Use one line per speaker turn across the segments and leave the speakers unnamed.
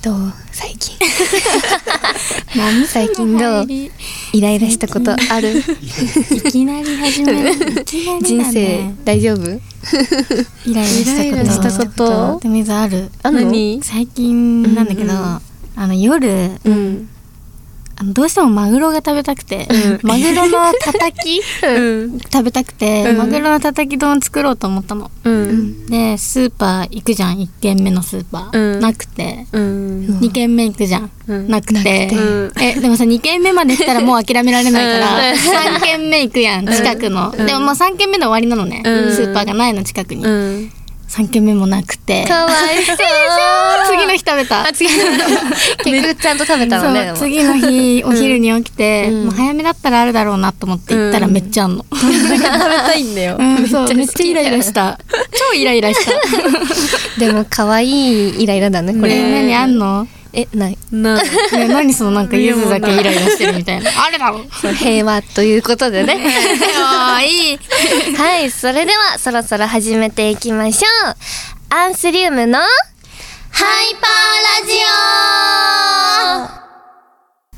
どう最近もみ最近どうイライラしたことある
いきなり始めるいきなりだね
人生大丈夫
イライラ
イライラ
し
した
た
こ
こととでもいざある
あんの
何
最近なんだけど、
うんうん
あの夜
うん
あのどうしてもマグロが食べたくて、
うん
マグロのたたき
うん
食べたくて、
うん
マグロのたたき丼作ろうと思ったの
うん
でスーパー行くじゃん1軒目のスーパー、
うん
なくて
うん
2軒目行くじゃん、
うん
なくて
なくて
うん
えでもさ2軒目まで来たらもう諦められないから、
うん
3軒目行くやん近くの、
うん
でももう3軒目で終わりなのね、
うん
スーパーがないの近くに、
うん
3軒目もなくて
かわいそう
次の日食べた
あ次結局ちゃんと食べたのねで
そう
も
次の日お昼に起きて、
うん
もう早めだったらあるだろうなと思って行ったら
うん
めっちゃあんの、
食べたいんだよ
うんそうめっちゃイライラした超イライラした
でも可愛いイライラだねこ
こ
れ
れ何あんの
えない
な
ね、何そのなんかゆずだけイライラしてるみたいなあれだろ
そう平和ということでね
ああいい
はいそれではそろそろ始めていきましょうアンスリウムのハイパーラジ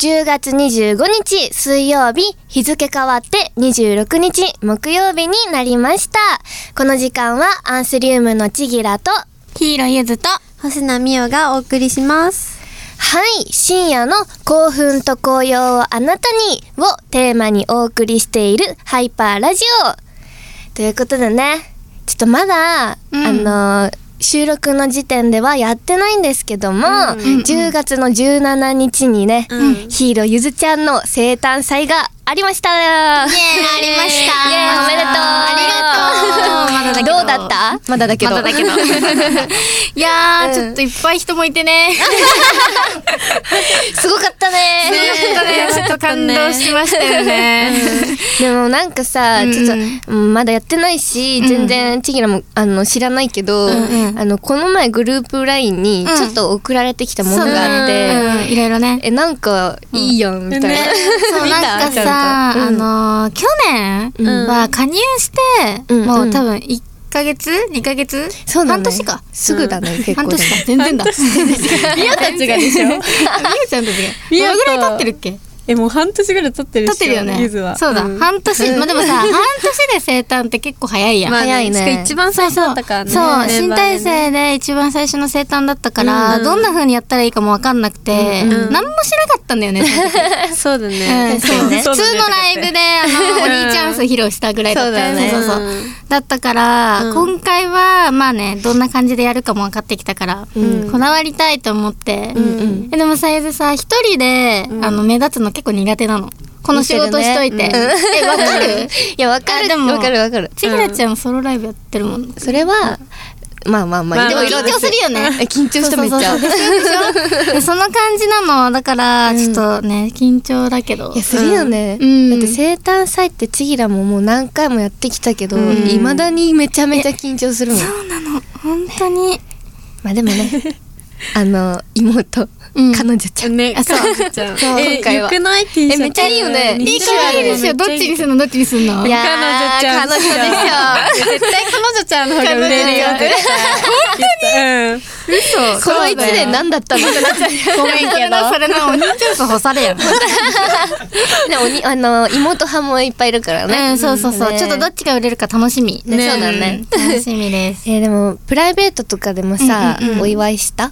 オ10月25日水曜日、日付変わって26日木曜日になりました。この時間はアンスリウムのちぎらと、は
ヒーローゆずと
星名美桜がお送りします。
い、深夜の興奮と紅葉をあなたにをテーマにお送りしているハイパーラジオ。ということでね、ちょっとまだ、
うん
あのー収録の時点ではやってないんですけども、10月の17日にね、ヒーローゆずちゃんの生誕祭がありましたありましたおめでとう
ありがとう
どうだったまだだけど
まだだけどいやー、ちょっといっぱい人もいてね
すごかったね
ちょっと感動しましたよね
でもなんかさ、
うんうん
ちょっとうんまだやってないし、全然ちぎらもあの知らないけど、
んうん
あのこの前グループ LINE に
うん
ちょっと送られてきたものがあっ
う
て、
んいろいろね
えなんかいいやんみたいな、
そうなんか
ちゃんと
さ、あ
うん
のー去年
うん
は加入して、
うん
もううん多分1ヶ月2ヶ月
そうだね
半年か
すぐだね、結構で
半
も
年か全然だ
ミヤたちがでしょ
あ みゆちゃんたちがど
みゆ
の
と
ぐらい経ってるっけ
えもう半年ぐらい経ってる
経
っしょ
ってるよね
ゆずは
そうだ、
ん
半年、まあでもさ半年で生誕って結構早いやん、
まあ
早いね
しかも一番最初だったからね
そう
メン
新
バーで
体制
ね
で一番最初の生誕だったから、
うんうん
どんな風にやったらいいかも分かんなくて、
うんうん
何もしなかったんだよね、その 時
そうだ
う
ね
んそ
確
う
かにね
普通のライブであのお兄チャンス披露したぐらいだったよね
そ
そうう
だ
そう
よ
そう
ね
だったから、
うん
今回はまあねどんな感じでやるかも分かってきたから、
うん
こだわりたいと思って、
んうん
えでもさゆずさ一人で、
うん
あの目立つの結構苦手なのこの仕事しといて
見てるね
えわかる
いやわかる
あでも
わかるわかる
ちぎらちゃんソロライブやってるもん
それはまあまあまあ、
まあ
でも
いろいろ
緊
で
張するよね
え緊張しためっちゃ
そうそう そうでしょでしょでその感じなのだからちょっとね、緊張だけど
いやするよね、
うん
だって生誕祭ってちぎらももう何回もやってきたけど
うん
いま、未だにめちゃめちゃ緊張するもん
そうなの本当に
まあでもねあの妹、
うん
彼女ちゃん
ね
あそう
ちゃん
そう
え
今回は
よくない T シャツ
めっちゃいいよね
めっ
いい
ち
か
ゃ
らいいですよどっ
め
ち
ちゃい
に
い
するのどっちにするの
いやー
彼女ちゃん
彼女でし
絶対彼女ちゃんの方が売れるよ
彼
絶対うん
ょこの一年何だったのってなっちゃう
ごめんけどそれのお兄ちゃんと干されやん
でもにあの妹派もいっぱいいるからね、
うんそうそうそう、
ね
ちょっとどっちが売れるか楽しみ、
ねそうだね
うん楽しみです
えーでもプライベートとかでもさ、
うんうんうん
お祝いした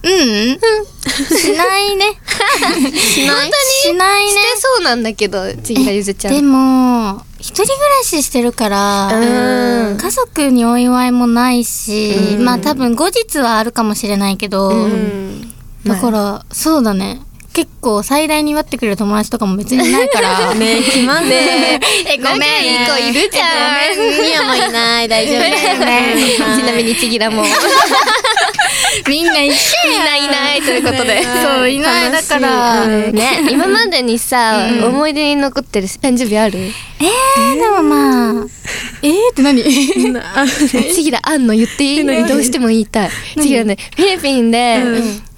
うん、しないね しない本当にしないね
してそうなんだけどちぎらゆずちゃん
でも一人暮らししてるから
うん
家族にお祝いもないし、
うん
まあ多分後日はあるかもしれないけど、
うん
だから、そうだね結構最大に祝ってくれる友達とかも別にいないから
ね決まんね
えごめん
仲いい子いるじゃん
ミヤもいない、 大丈夫。
ちなみにちぎ らもみん
みんな一緒
ないないということで
そういないだから、
楽しいうん
ね今までにさ、思い出に残ってる誕生日ある
えでもまあえー、って何
な
ちぎらあんの言っていいどうしても言いたいちぎらねフィリピンで、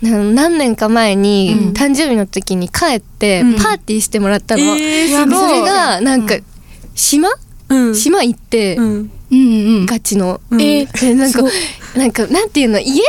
な何年か前に、誕生日の時に帰って、
うん
パーティーしてもらったの、
え
そ
ーすごい
れがなんか、島
うん
島行って、
うん
うんうん
ガチの、
うん
でなんかなんかなんていうの家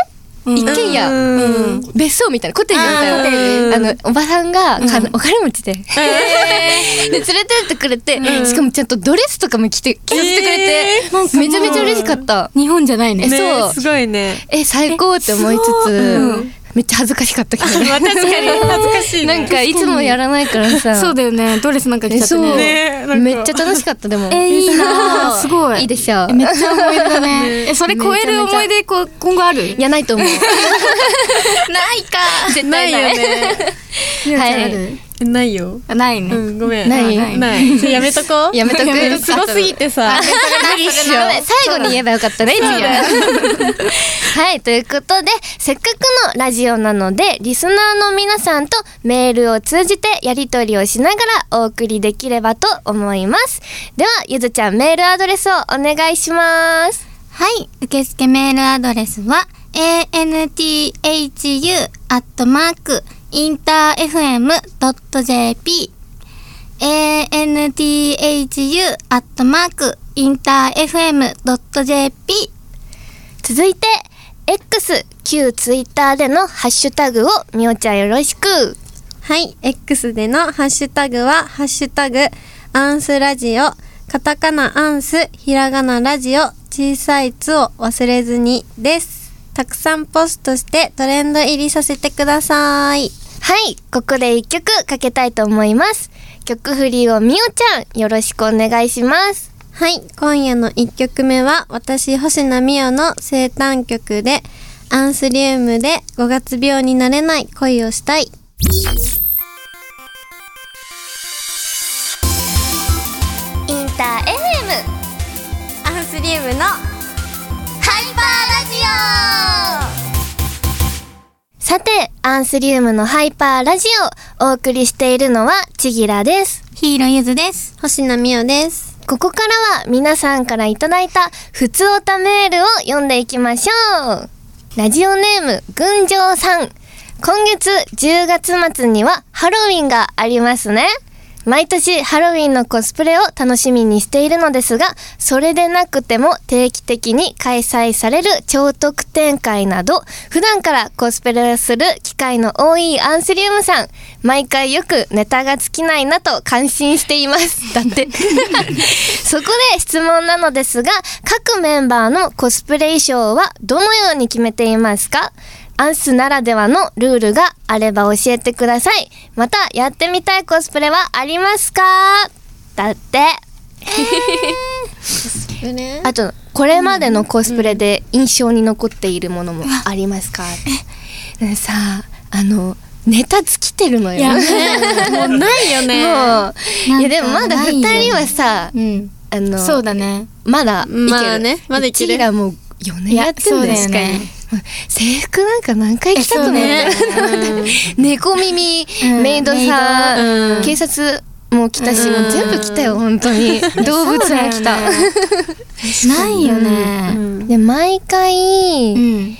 一軒家、
うん
別荘みたいなコテージみたいな
あーコテ
あ
ー
のおばさんが、かお金持ちでで 連れてってくれて、しかもちゃんとドレスとかも着て着させてくれて、
なんかもう
めちゃめちゃ嬉しかった
日本じゃないね
えそう
ねすごいね。
え最高って思いつつ、めっちゃ恥ずかしかったけ ど
まあ
ね
確かに恥ずかしい
な
ね。
んかいつもやらないからさ
そうだよねドレスなんか着ちゃって
そう
ね
ねなんか
めっちゃ楽しかったでも、
えいいなすごい
いいでしょう
えめっちゃ思い出だ ねえそれ超える思い出こう今 後ある
いやないと 思う
ない か
絶
な
対
い
な
よ
い
ね。
はい
ある
えないよ。
あないね
うんごめん。
ない
ない
ない。それやめとこう。
やめとく
すごすぎてさ。
無理っしょ最後に言えばよかったね次は はいということでせっかくのラジオなのでリスナーの皆さんとメールを通じてやり取りをしながらお送りできればと思いますではゆずちゃんメールアドレスをお願いします
はい、受付メールアドレスは anthu アットマークインター fm ドット jp anthu アットマークインター fm ドット jp
続いて X 旧ツイッターでのハッシュタグをみおちゃんよろしく
はい、X でのハッシュタグは、ハッシュタグ、アンスラジオ、カタカナアンス、ひらがなラジオ、小さいつを忘れずにです。たくさんポストしてトレンド入りさせてください。
はい、ここで一曲かけたいと思います。曲フリーをみおちゃん、よろしくお願いします。
はい、今夜の1曲目は私星名美桜の生誕曲でアンスリウムで5月病になれない恋をしたい。
インター FM
アンスリウムの
ハイパーラジオさて、アンスリウムのハイパーラジオ、お送りしているのはちぎらです。
ヒーローゆずです。
星名美桜です。
ここからは皆さんからいただいたふつおたメールを読んでいきましょう。ラジオネーム、群青さん。今月10月末にはハロウィンがありますね。毎年ハロウィンのコスプレを楽しみにしているのですが、それでなくても定期的に開催される超特典会など、普段からコスプレをする機会の多いアンスリウムさん、毎回よくネタが尽きないなと感心しています。だって。そこで質問なのですが、各メンバーのコスプレ衣装はどのように決めていますかアンスならではのルールがあれば教えてください。また、やってみたいコスプレはありますかだって。あと、これまでのコスプレで印象に残っているものもありますか、ねさあ、あの、ネタ尽きてるのよ。も
もうないよ
う、い
ね。
や
なんか
でもまだ
ないよ
二
ね
人はさ、
うん。
あの、
そうだね。
まだいける。
まあねまだいける
うちらもう4年やってん
いや
で
そ
す
う
か
だ
ら
よね
制服なんか何回着たと思う
え
猫耳、
うん
メイドさん、
メイドうん
警察も来たし、もう全部来たよ本当 に動物も来た、
ないよね。
で毎回、
ん。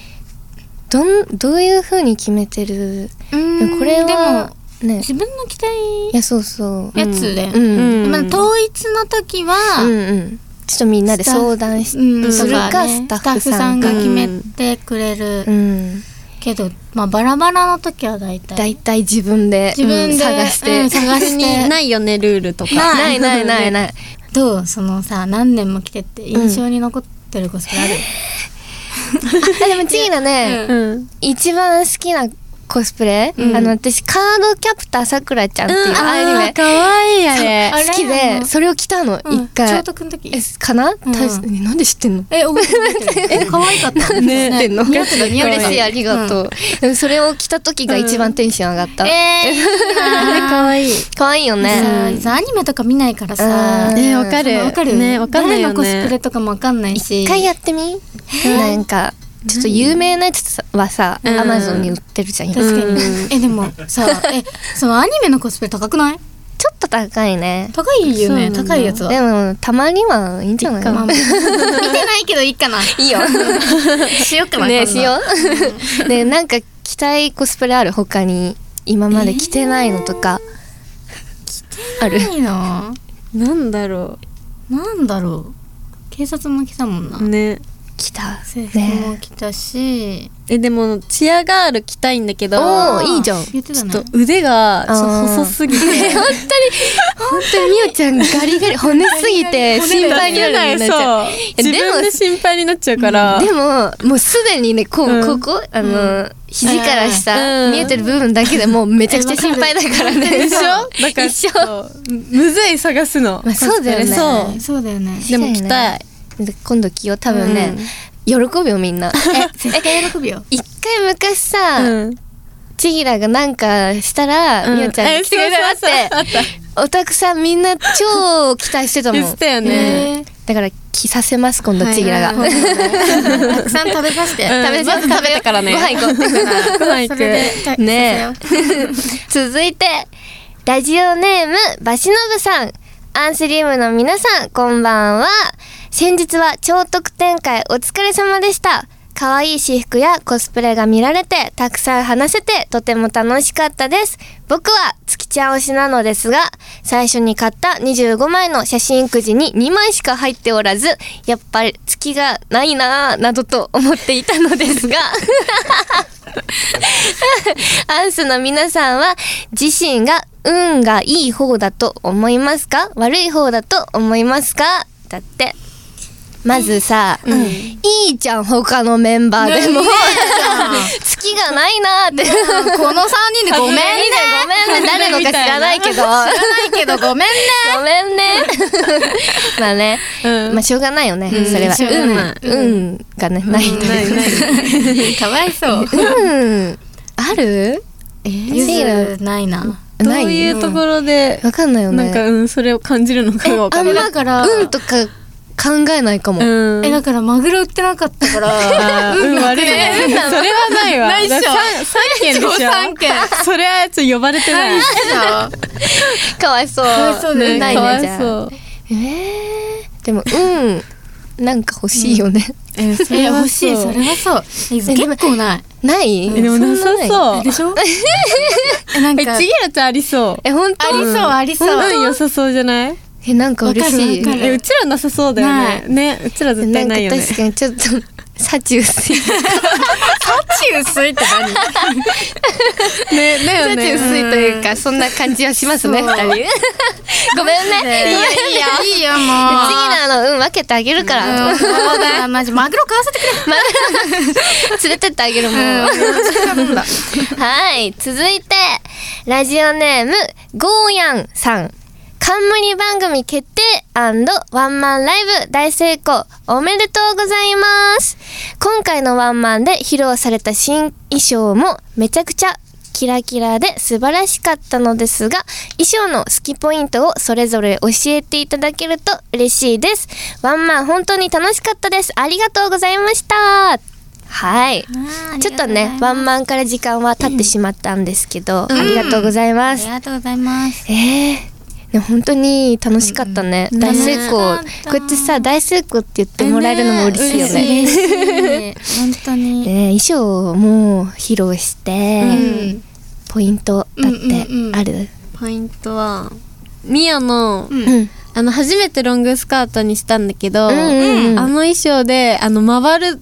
どんどういう風に決めてる、
うん
これ
でも
はね
自分の着た
いやそうそう
いやつだよ
う
ね。
ん、うん
うん
まあ統一の時は、
うんちょっとみんなで相談し、
うん
するか、スタッフさんが
スタッフが決めてくれる
うん、
けど、まあバラバラの時は大体
だいたい自分で
自分で、
うん探して、
うん探
別
し
に
て
ないよね、ルールとか。
ないないないない
どうそのさ何年も来てって印象に残ってるコスプレある、
あでも次のね、
うん。
一番好きなコスプレ、あの私カードキャプターさくらちゃんっていうアニメ
可愛いあれ。
好き
あれ
でそれを着たの一、
うん
回
超特の時
えかな、た
う
なんで知ってんの
え覚え てるえ可愛かった
ねってんの
似合ってた似合ってた
嬉しいありがとう、でもそれを着た時が一番テンション上がった、
え
可愛いい。
可愛いよね、
ー、さアニメとか見ないからさ
うん
ねわか
そ
る。
のわかる
ねわかんない
誰の
よ
コスプ
ね。
レとかもわかんないし
一回やってみなんかちょっと有名なやつはさ、
ん
アマゾンに売ってるじゃん、今
確か
うん
にえでもさえそのアニメのコスプレ高くない
ちょっと高いね
高いよね高いやつは
でもたまにはいいんじゃない
まあ見てないけどいいかな。いいよ。 しようかな。
ね
今度
しよ うねなんか着たいコスプレある他に今まで着てないのとか、ある
ないな。
なんだろ
なんだろう。警察も来たもんな。
ね。
来た
制服も
ね
着たし、
えでもチアガール着たいんだけど
おーいいじゃん
言ってた
ちょ
ね
っと腕がちょっと細すぎて
本当に本当にみおちゃんガリガリ骨すぎて心配になるようになっちゃう
そう自分で心配になっちゃうから
でももうすでにねこう、
うん
ここあの、肘から下、
うん
見えてる部分だけでもうめちゃくちゃ心配だからね。
でしょだから
一緒
そうむずい探すの
まあそうだよね
そ
そうだよね
うでも着たい
で今度着よう多分ね、喜ぶよみん な。
絶対喜ぶよ
一回昔さ、
うん
ちぎらがなんかしたら、
うん
みおちゃんが来てくれた
えそうそうそう
っておたくさんみんな超期待してたもん
言ってたよね
だから着させます今度ちぎらが、
たくさん食べさせて
うん
食べさせ
まず食べたからね
ご飯行こう
ご飯行
そ
く
れで食べ
ね 続いてラジオネームバシノブさんアンスリウムの皆さんこんばんは先日は超特典会お疲れ様でした可愛い私服やコスプレが見られてたくさん話せてとても楽しかったです僕は月ちゃん推しなのですが最初に買った25枚の写真くじに2枚しか入っておらずやっぱり月がないなぁなどと思っていたのですがアンスの皆さんは自身が運がいい方だと思いますか悪い方だと思いますかだってまずさ、いいじゃん他のメンバーでも、月がないな ーって、
この3人 でごめんね
ごめんね誰のか知らないけど
知らないけど ごめんね
ごめ んねまあね、
うん
まあしょうがないよね、それは
しょうがない
運運がねないというか
かわいそう
運ある
ゆずないな
どう
ない
いうところで
わかんないよね
なんかうんそれを感じるのかがわか
あ
ん
ん
ない
ま
だから
運とか考えないかも。
うん
えだからマグロ売ってなかったから
あー運悪いね。 それはないわ。
ないっしょ
だから三三件でしょ。
そう三件。
それはちょっと呼ばれてない。
かわいそう。
かわいそうだよね
ない
かわ
ね
い
じゃあ。
そう。
えーでもうんなんか欲しいよね。
えそ
え
れは
欲しい
そ
そうれはそう
えでも
結構ない
ない？
えでもなさ
んない
そう
で。しょえなん
え
か
ちぎらちゃんありそう。
え本当？
ありそうありそう
運良さそうじゃない？
えなんか嬉しい。
わかるわかる
えうちらなさそうだよね。ねうちら絶対ないよ
ん
ね
か。確かにちょっと 幸薄い。
チ薄いって何
ねだよ
幸薄いと
ね。
いうかそんな感じはしますね
そう
二人。ごめんね。いやいや。
いいよもう
次のあの運分けてあげるから、
うんそうだよマジマグロ買わせてくれ
連れてってあげるもん。はい、続いて、ラジオネーム、ゴーヤンさん。冠番組決定ワンマンライブ大成功おめでとうございます。今回のワンマンで披露された新衣装もめちゃくちゃキラキラで素晴らしかったのですが、衣装の好きポイントをそれぞれ教えていただけると嬉しいです。ワンマン本当に楽しかったです。ありがとうございました。はい。ちょっとね、ワンマンから時間は経ってしまったんですけど、ありがとうござい
あ
ます
り。がとうございます
えー、でも本当に楽しかったね。大成功。こ
ね
うやってさ、大成功って言ってもらえるのも嬉しいよね。ね
嬉しい本当に
衣装をもう披露して、
うん
ポイントだって
うんうんうん
ある。
ポイントは
ミヤの
うん
うん。
あの初めてロングスカートにしたんだけど、
うんうんうん
あの衣装であの回る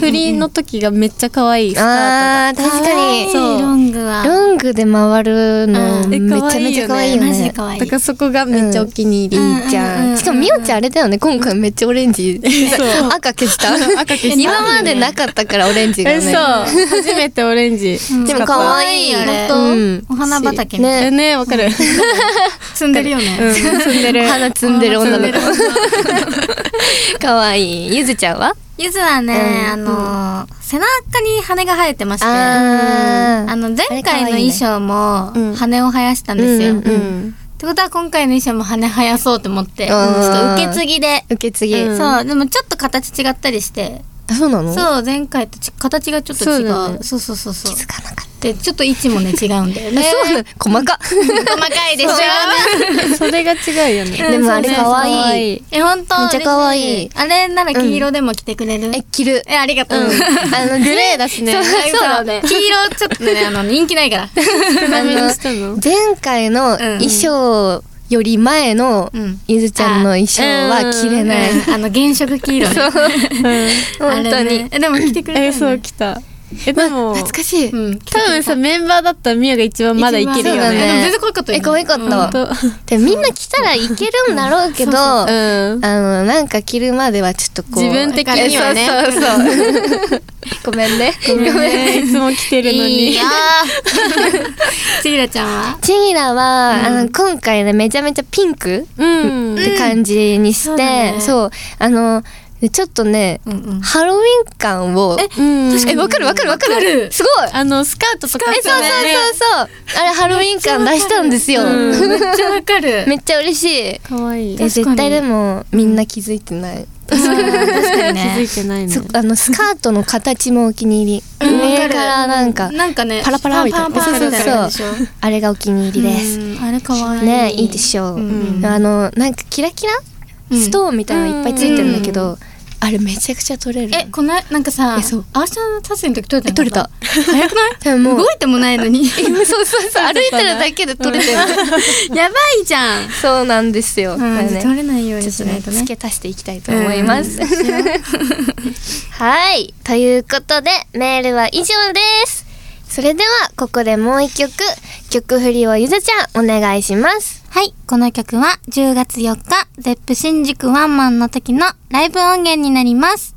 振りの時がめっちゃ可愛いスカートが。
あー、確かに。
そうロングは
ロングで回るの
う
め
ん
ちゃめちゃ可愛いよ
マジで
ね。
可愛い
だからそこがめっちゃお気に入り。
いいじ
うんうんうん
ゃ。
うんん
しかもみおちゃんあれだよね。今回めっちゃオレンジ。
そう
赤消した。
赤消した。
今までなかったからオレンジが
え
ね。
そう初めてオレンジ。
ん
でも可愛い
可愛いよね
うん
お花畑みたい
ね
え。ねわかる。
積んでるよ
う
ね
ん住んでる。
花摘んでる女の子
積んでる
可愛いゆずちゃんは
ゆずはねあのー背中に羽が生えてまして
あー
あの前回の衣装も
うん
羽を生やしたんですよ
うんうん
うん。
ってことは今回の衣装も羽生やそうと思ってちょ
あー
っと受け継ぎで
受け継ぎ
うん
そうでもちょっと形違ったりして
あそうなの
そう前回とち形がちょっと
そう
違
だ
う
ね
そうそうそうそう
気づかなかっ
でちょっと位置もね違うんだよ
た
ね
そうなの 細か
細かいでしょ
それが違うよね。
でもあれ可
可
愛い
愛い。
え本当
めっちゃ可愛い
嬉しあれなら黄色でも着てくれる
え着る
えありが とう
あのグレーだしねそう
そう
そう
だね。黄色ちょっとね、あの人気ないから。
少なめにしたの
前回の衣装よより前の
うん
ゆずちゃんの衣装は着れない。
あの原色黄色ねあ
本当
れ
に
ね。えでも来てくれたよ
え
ね
そう来たえでも
懐かしい。
うん
多分さメンバーだったらミヤが一番まだいける
一
よ
番そうだ
え
ね
ね
でも全然可愛かったよ
え、
ね
可愛かったわ。
と
でみんな着たらいけるんだろうけど、あ
うん
の、なんか着るまではちょっとこう。
自分的には
え
ね
そう そうそう。ごめんね。ごめんね。
ねいつも来てるの
いい
に
よーちぎらちゃんは
ちぎらは、あの、今回ね、めちゃめちゃピンク
うん
って感じにして、
うん
そ
そう
う,、
だね
あの、ちょっとね、
うんうん
ハロウィン感を、え、
うん
わかるわかるわかる
わかる
すごい
あのスカートとか
え、そうそうそうそう。あれ、ハロウィン感出したんですよ。
めっちゃわかる
めっちゃ嬉しい。
可愛い
え
確かに
絶対でもみんな気づいてない、
気づいてないね
そあのスカートの形もお気に入り、
うん
上からなんか
なんかね
パラパラみたいな
パンパンパンみたいな感じでしょ
あれがお気に入りです、
うんあれ可愛い
ねいいでしょう、
うん
あのなんかキラキラ、
うん
ストーンみたいなのいっぱいついてるんだけど、あれめちゃくちゃ取れる
えこのなんかさ
えそう
アーシャン撮影の時撮れた
え
の
取れた
早くない
でももう
動いてもないの に
そうそうそう 歩いてるだけで取れてる、
やばいじゃん
そうなんですよ、だから
うん
ね
撮れないよう
ちょ
に
っと
しな
ね
いとね
付け足していきたいと思います、はい。ということで、メールは以上です。それでは、ここでもう一曲、曲振りをゆずちゃん、お願いします。
はい、この曲は10月4日、ゼップ新宿ワンマンの時のライブ音源になります。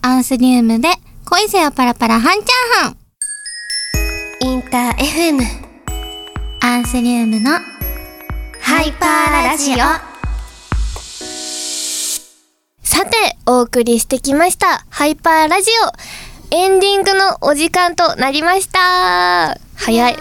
アンスリウムで恋せよパラパラ半チャーハン。
インター FM、
アンスリウムの
ハイパーラジ オ。さて、お送りしてきました、ハイパーラジオ。エンディングのお時間となりました。早い。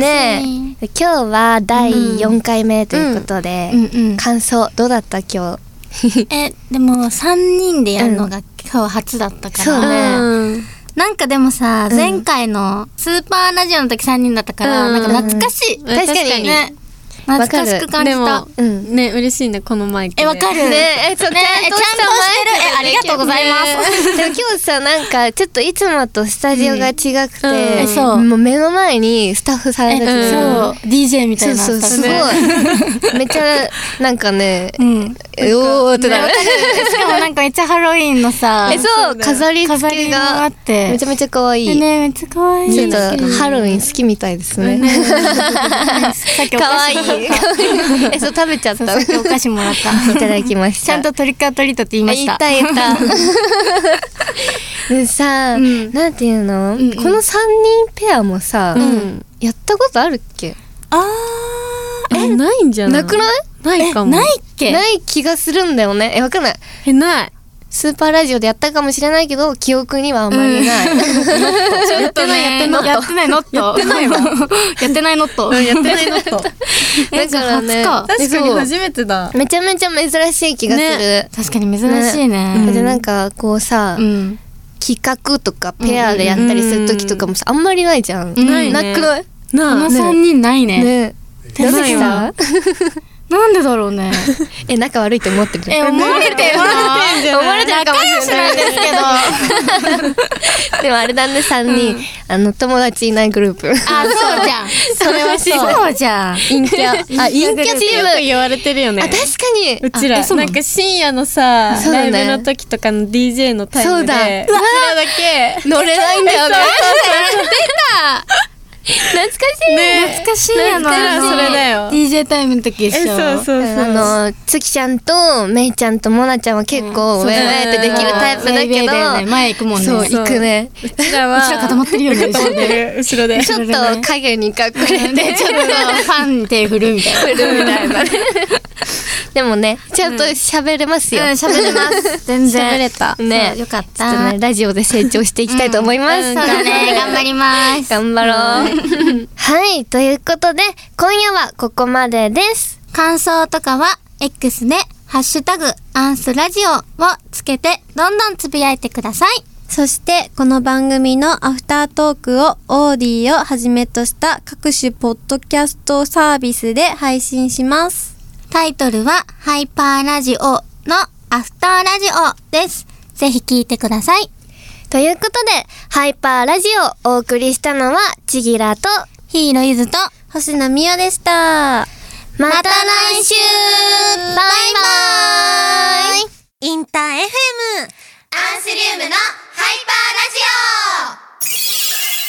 ねえ今日は第4回目ということで、
うんうん。
感想どうだった今日
え、でも3人でやるのが今日初だったから。
そうね
うん
なんかでもさ、前回のスーパーラジオの時3人だったから、
うん
なんか懐かしい。
確かに
ね。懐かしく感じ
で
た
も。
うん
ね嬉しいねこのマイクで
え、わかる
ねえ、そう
ねえちゃんとしてる。え、ありがとうございます。
す。でも今日さ、なんか、ちょっといつもとスタジオが違く
うん
う
て
ん、そう
もう目の前にスタッフさんたち
え
が。
そう DJ みた
そ
いうな
そう、すごい
ね。
めっちゃ、なんか ね、
うん
えおーってなる。
しかもなんかめっちゃハロウィンのさ
え、そう、飾り
飾
付
り
け
があ
が
っ、て
めちゃめちゃ可愛い。
ねめっちゃ可愛い
ちょっと、ハロウィン好きみたいですね。
さっきお
可
菓
愛
子
い
もらっ た。
え、そう、食べちゃっ
そう
た。
さっ
い
きお 菓子もらった
ただきました。
ちゃんとトリックアトリートって言いまし
言
た
った言った。 でさ、
うん
なんていうの、
んうん
この三人ペアもさ、
うん
やったことあるっけ？
あ
えないんじゃない
なくない？
ないか
ー
も
ないっけ
ない気がするんだよね。えわかんない。
えない
スーパーラジオでやったかもしれないけど記憶にはあんまりない。
やってないやってないやってないノッ トやってないわやってないノット
やってないのと
え
だからね
じゃあ初か
確かに
そう
初めてだ
めちゃめちゃ珍しい気がする。
確かに珍しい
だって
ね
なんかこうさ、
うん
企画とかペアでやったりする時とかもさ、あんまりないじゃん。
ん
なくない？
こ
な
の
あ
三人ないね
ね。
出てきたなんでだろうね
え仲悪いと思ってる。
え思われてる
てん じゃない
われてるかもしれないですけ ど
でもあれだね3人、あの友達いないグルー プ。
あ、そうじゃん。それはそう。そうじゃん。
陰キャ。あ、陰キャチーム。
よく言われてるよね
あ、確かに。
うちら
あえそうな
な
の
んか深夜のさ、
そうだ
ラ
ね
イブの時とかの DJ のタイ
そう
ムでうち
だ
らだけ
乗れないんだよね。懐かしい。
ね
懐かしいやな。
懐かしいそれだよ
DJ タイムの時
え
一緒。
そうそうそう
あの、つきちゃんとめいちゃんともなちゃんは結構、
うん
ウェイウェイってできるタイプだ
ベイベイよね
け
前行くもん
ど、そ
ね。
う、
そ
行
う
くね。
うちらは
後ろ固まってるよね。
固まってる後ろで
ちょっと影に隠れ て、
で、ちょっとファンに手振るみたいな。
るみたいなね。 でもね、ちゃんと喋れますよ。
うん、喋れ ます。全然。
喋れたね
ね。よかっ
ちょっと
た。
ねラジオで成長していきたいと思います。
そうだ ね。頑張ります。
頑張ろう。 はい、ということで、今夜はここまでです。
感想とかは X で「ハッシュタグアンスラジオ」をつけてどんどんつぶやいてください。
そしてこの番組のアフタートークをオーディをはじめとした各種ポッドキャストサービスで配信します。
タイトルは「ハイパーラジオ」の「アフターラジオ」です。ぜひ聞いてください。
ということで、ハイパーラジオをお送りしたのは、ちぎらと、
ヒーローゆずと
星名美代でした。
また来週バイバイ
インター FM!
アンスリウムのハイパーラジオ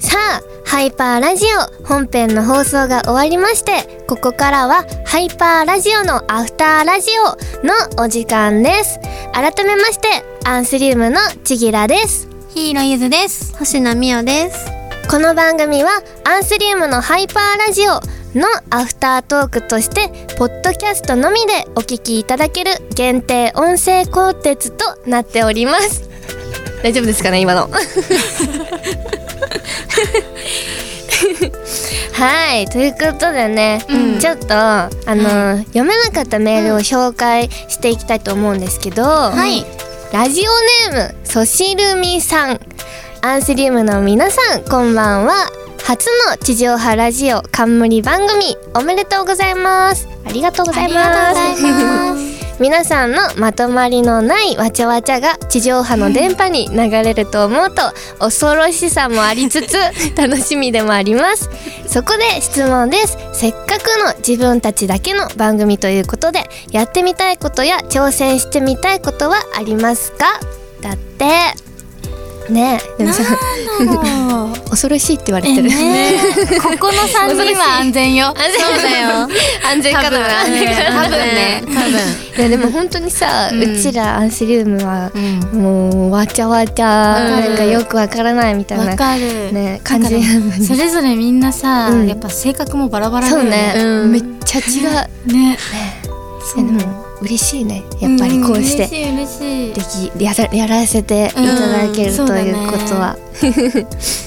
さあハイパーラジオ本編の放送が終わりましてここからはハイパーラジオのアフターラジオのお時間です改めましてアンスリウムのちぎらです
ヒーローゆずです。
星名美代です。
この番組はアンスリウムのハイパーラジオのアフタートークとしてポッドキャストのみでお聞きいただける限定音声コンテンツとなっております 大丈夫ですかね今のはいということでね、ちょっとあの、読めなかったメールを紹介していきたいと思うんですけど、
はい。
ラジオネームソシルミさんアンスリウムの皆さんこんばんは初の地上波ラジオ冠番組おめでとうございますありがとうございます
ありがとうございます。
皆さんのまとまりのないわちゃわちゃが地上波の電波に流れると思うと恐ろしさもありつつ 楽しみでもありますそこで質問ですせっかくの自分たちだけの番組ということでやってみたいことや挑戦してみたいことはありますかだってねえでもさ
なんだろう
恐ろしいって言われ
え
てる、
ね えここの三人は安全よ。
そうだよ安全かな安全かな
多分ね。
いやでも本当にさ、うちらアンシリウムは
多分。
もうわちゃわちゃ、なんかよくわからないみたい
わ
な
かる。
ね感じ
それぞれみんなさ、
うん
やっぱ性格もバラバラだ
そ
よ
うね、
ね。
めっちゃ違う
ね。
でも嬉しいねやっぱりこうして
うん嬉しい
で
嬉し
きやらやらせていただける、
うん
ということは、
い。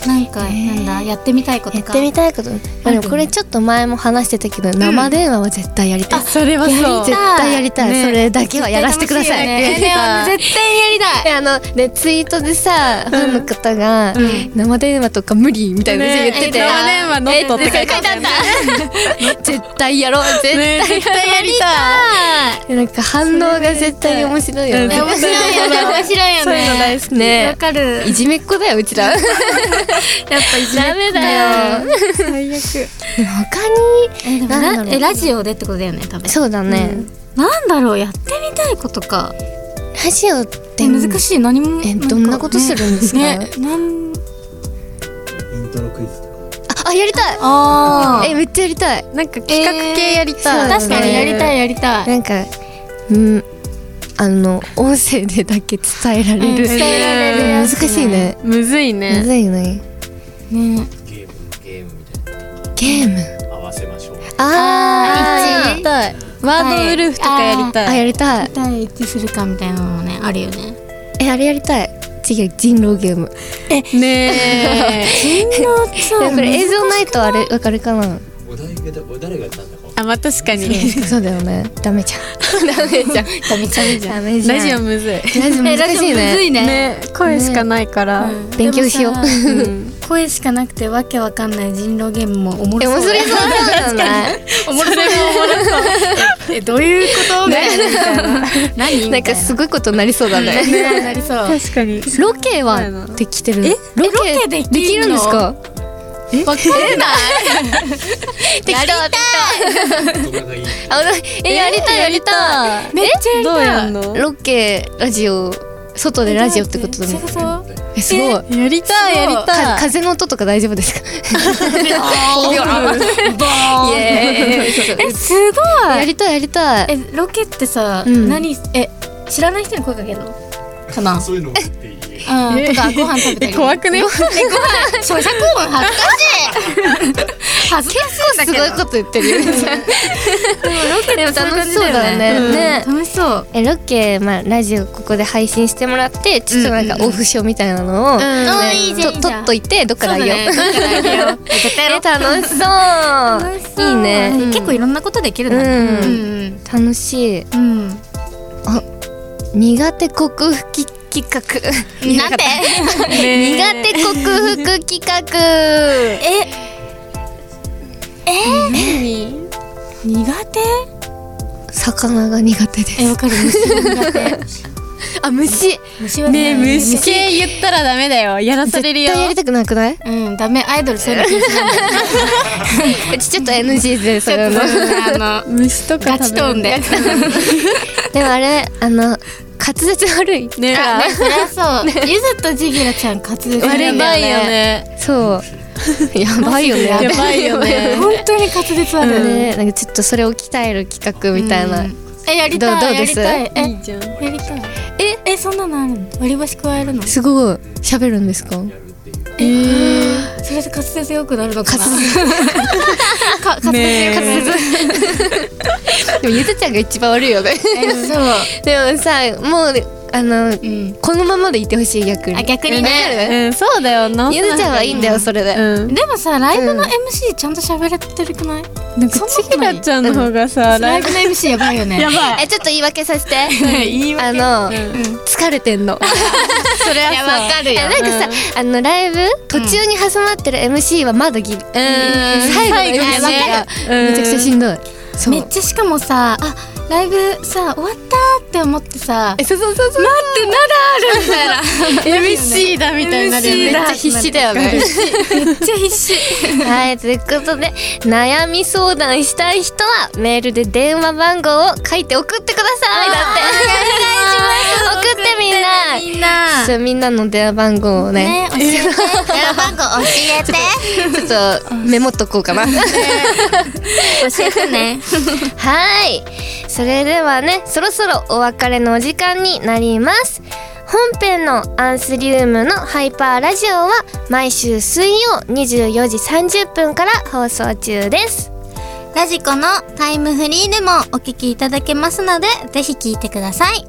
なんかなんだやってみたいこと
や
か。
ってみたいことまあでもこれちょっと前も話してたけど生電話は絶対やりたい、
それはそう
絶対やりたい、それだけはやらせてください
ね ね絶対やりたい。
であのねツイートでさ、ファンの方が、生電話とか無理みたいな言ってて、
ね生電話ノットって書いてあったよね
絶対やろう絶対、
ね絶対やりた
でなんか反応が絶対に面白いよね
それ
面白いよ ね面白いよ
そういうの
ね。
大好き
ね
わかる。
いじめっ子だようちらやっぱいじめっ子ダメだよ
最悪
他
えでも
なんだ
ラ
ろう
えラジオでってことだよね多分
に。そうだね、
なんだろうやってみたいことか。
ラジオって
え難しい何も。
え
か
どんなことするんですか
ねねなん
イントロクイズとか
ああやりたい
あ
えめっちゃやりたい
なんか企画系やりたい。
えー
確かにやりたいやりたい。
なんかうんあの音声でだけ伝えられる、
うん伝えられるやつ
難しいね
むずい
む
ね
ずいよね
ね
ゲームゲームみたい
ゲーム
な合わせましょう
あー
やりたい。
ワードウルフとかやり
あ
たい
やりたい
対一致するかみたいなのもねあるよね。
えあれやりたい次は人狼ゲーム
ねえ
いやこれ映像ないとあれわかるかな
お題がだ誰がやったんだか
あまあ確かに
そうだよねダメじゃんダメじゃん
ダメダメじゃん。
ダメじゃん
ラジオむずい
ラジオ難しい
むず
ね
いね。
ね声しかないから
勉強しよう
でもさ
うん
声しかなくてわけわかんない人狼ゲームもおも
え
ろ
面
そう
白
だよ
そうだよね
おもろそうだよえどういうことみたいなみたいな何
な
み
ん
たい
か
な
すごいことになりそうだね
ねなりそう
確かに
ロケはできてるえロ
ロケできるの
できるんですか
わかんない
できたでき
大人がいい
たあのえやりたいやりたい
めっちゃやり
どうや
た
ん
い
の
ロケラジオ外でラジオってことだ
そ
ね
うそう
えすごい
やりたいやり
か
たい
風の音とか大丈夫ですかイエーイ
えすご
や
い
りたいやりたい
えロケってさ
うん
何え知らない人に声かけるのかな
そういうのもっていい
うんとかご飯食べたり
怖くね
咀嚼音恥ずかしい恥ずかしいんだ
すご
けど
いこと言ってるよでも楽しそうだよ
う
ね
ん
ね
楽しそう
えロケまあラジオここで配信してもらってちょっとなんかオフショーみたいなのをね
うんあいいじゃんいいじゃん
と撮っといてどっからあげよう
そうだねどっからあげよう絶対やろ
え
う
楽しそういいね
うん結構いろんなことできる
うん
ね
楽しい
うんうん
苦手克服企画
なんて
苦手克服企画
苦手
魚が苦手で
えわ
す
かる虫苦手
あ虫
虫は
ねえ虫
虫
系言ったらダメだよやらされる
絶
よ
対やりたくなくない
うんダメアイドルそういうの禁止なんだよ
うちちょっと NG でそ
ちょ
れ
っ
の
とそのあの
虫とか
ガチ
食
トーン
べ
で
る
でもあれあの滑舌悪い
ね
あねそりゃそうゆずとジギラちゃん活動
悪いんだよね
そう やばいよね
やばいよね
本当に滑舌悪い、
ねなんかちょっとそれを鍛える企画みたいな、
うんえやりたい
どうどう
や
で
り
す
たい え
いいじゃん
やりたいええそんなのあるの割り箸加えるの
すごい喋るん ですか
やるっていう
それで滑舌良くなるのかな か滑
ねえ
舌良く
でもゆずちゃんが一番悪いよね
なるえそう
でもさもうあの
うん
このままでいてほしい逆に
あ逆に
わか
ね
る
うんそうだよな
ゆずちゃんはいいんだよそれで、
うん
でもさライブの MC ちゃんと喋れてるくない
なんかちぎらちゃんの方がさラ
ライ
イ
ブの MC やばいよね
ブやばい
えちょっと言い訳させて
言い
あ
訳
の、
うん
疲れてんの
それはさ
かる
えなんかさ、あのライブ途中に挟まってる MC はまだギリ、最後の MC がめちゃくちゃしんどい、そう
めっちゃしかもさあライブさ終わったって思ってさ
えそうそうそうそう
ってならあるみたいな
MC だみたいになるよね
めっちゃ必死だよね
めっちゃ必死
はい、ということで悩み相談したい人はメールで電話番号を書いて送ってくださいだって 送ってみんな
みんな
そうみんなの電話番号をね
ね教えて電話番号教え て
ちょっとメモっとこうか な
教えてね
はいそれではねそろそろお別れのお時間になります本編のアンスリウムのハイパーラジオは毎週水曜24時30分から放送中です
ラジコのタイムフリーでもお聞きいただけますのでぜひ聞いてください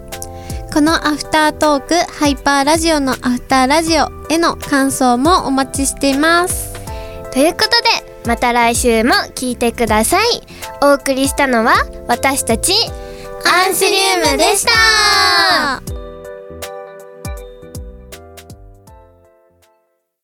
このアフタートークハイパーラジオのアフターラジオへの感想もお待ちしています
ということでまた来週も聞いてくださいお送りしたのは私たちアンスリウムでした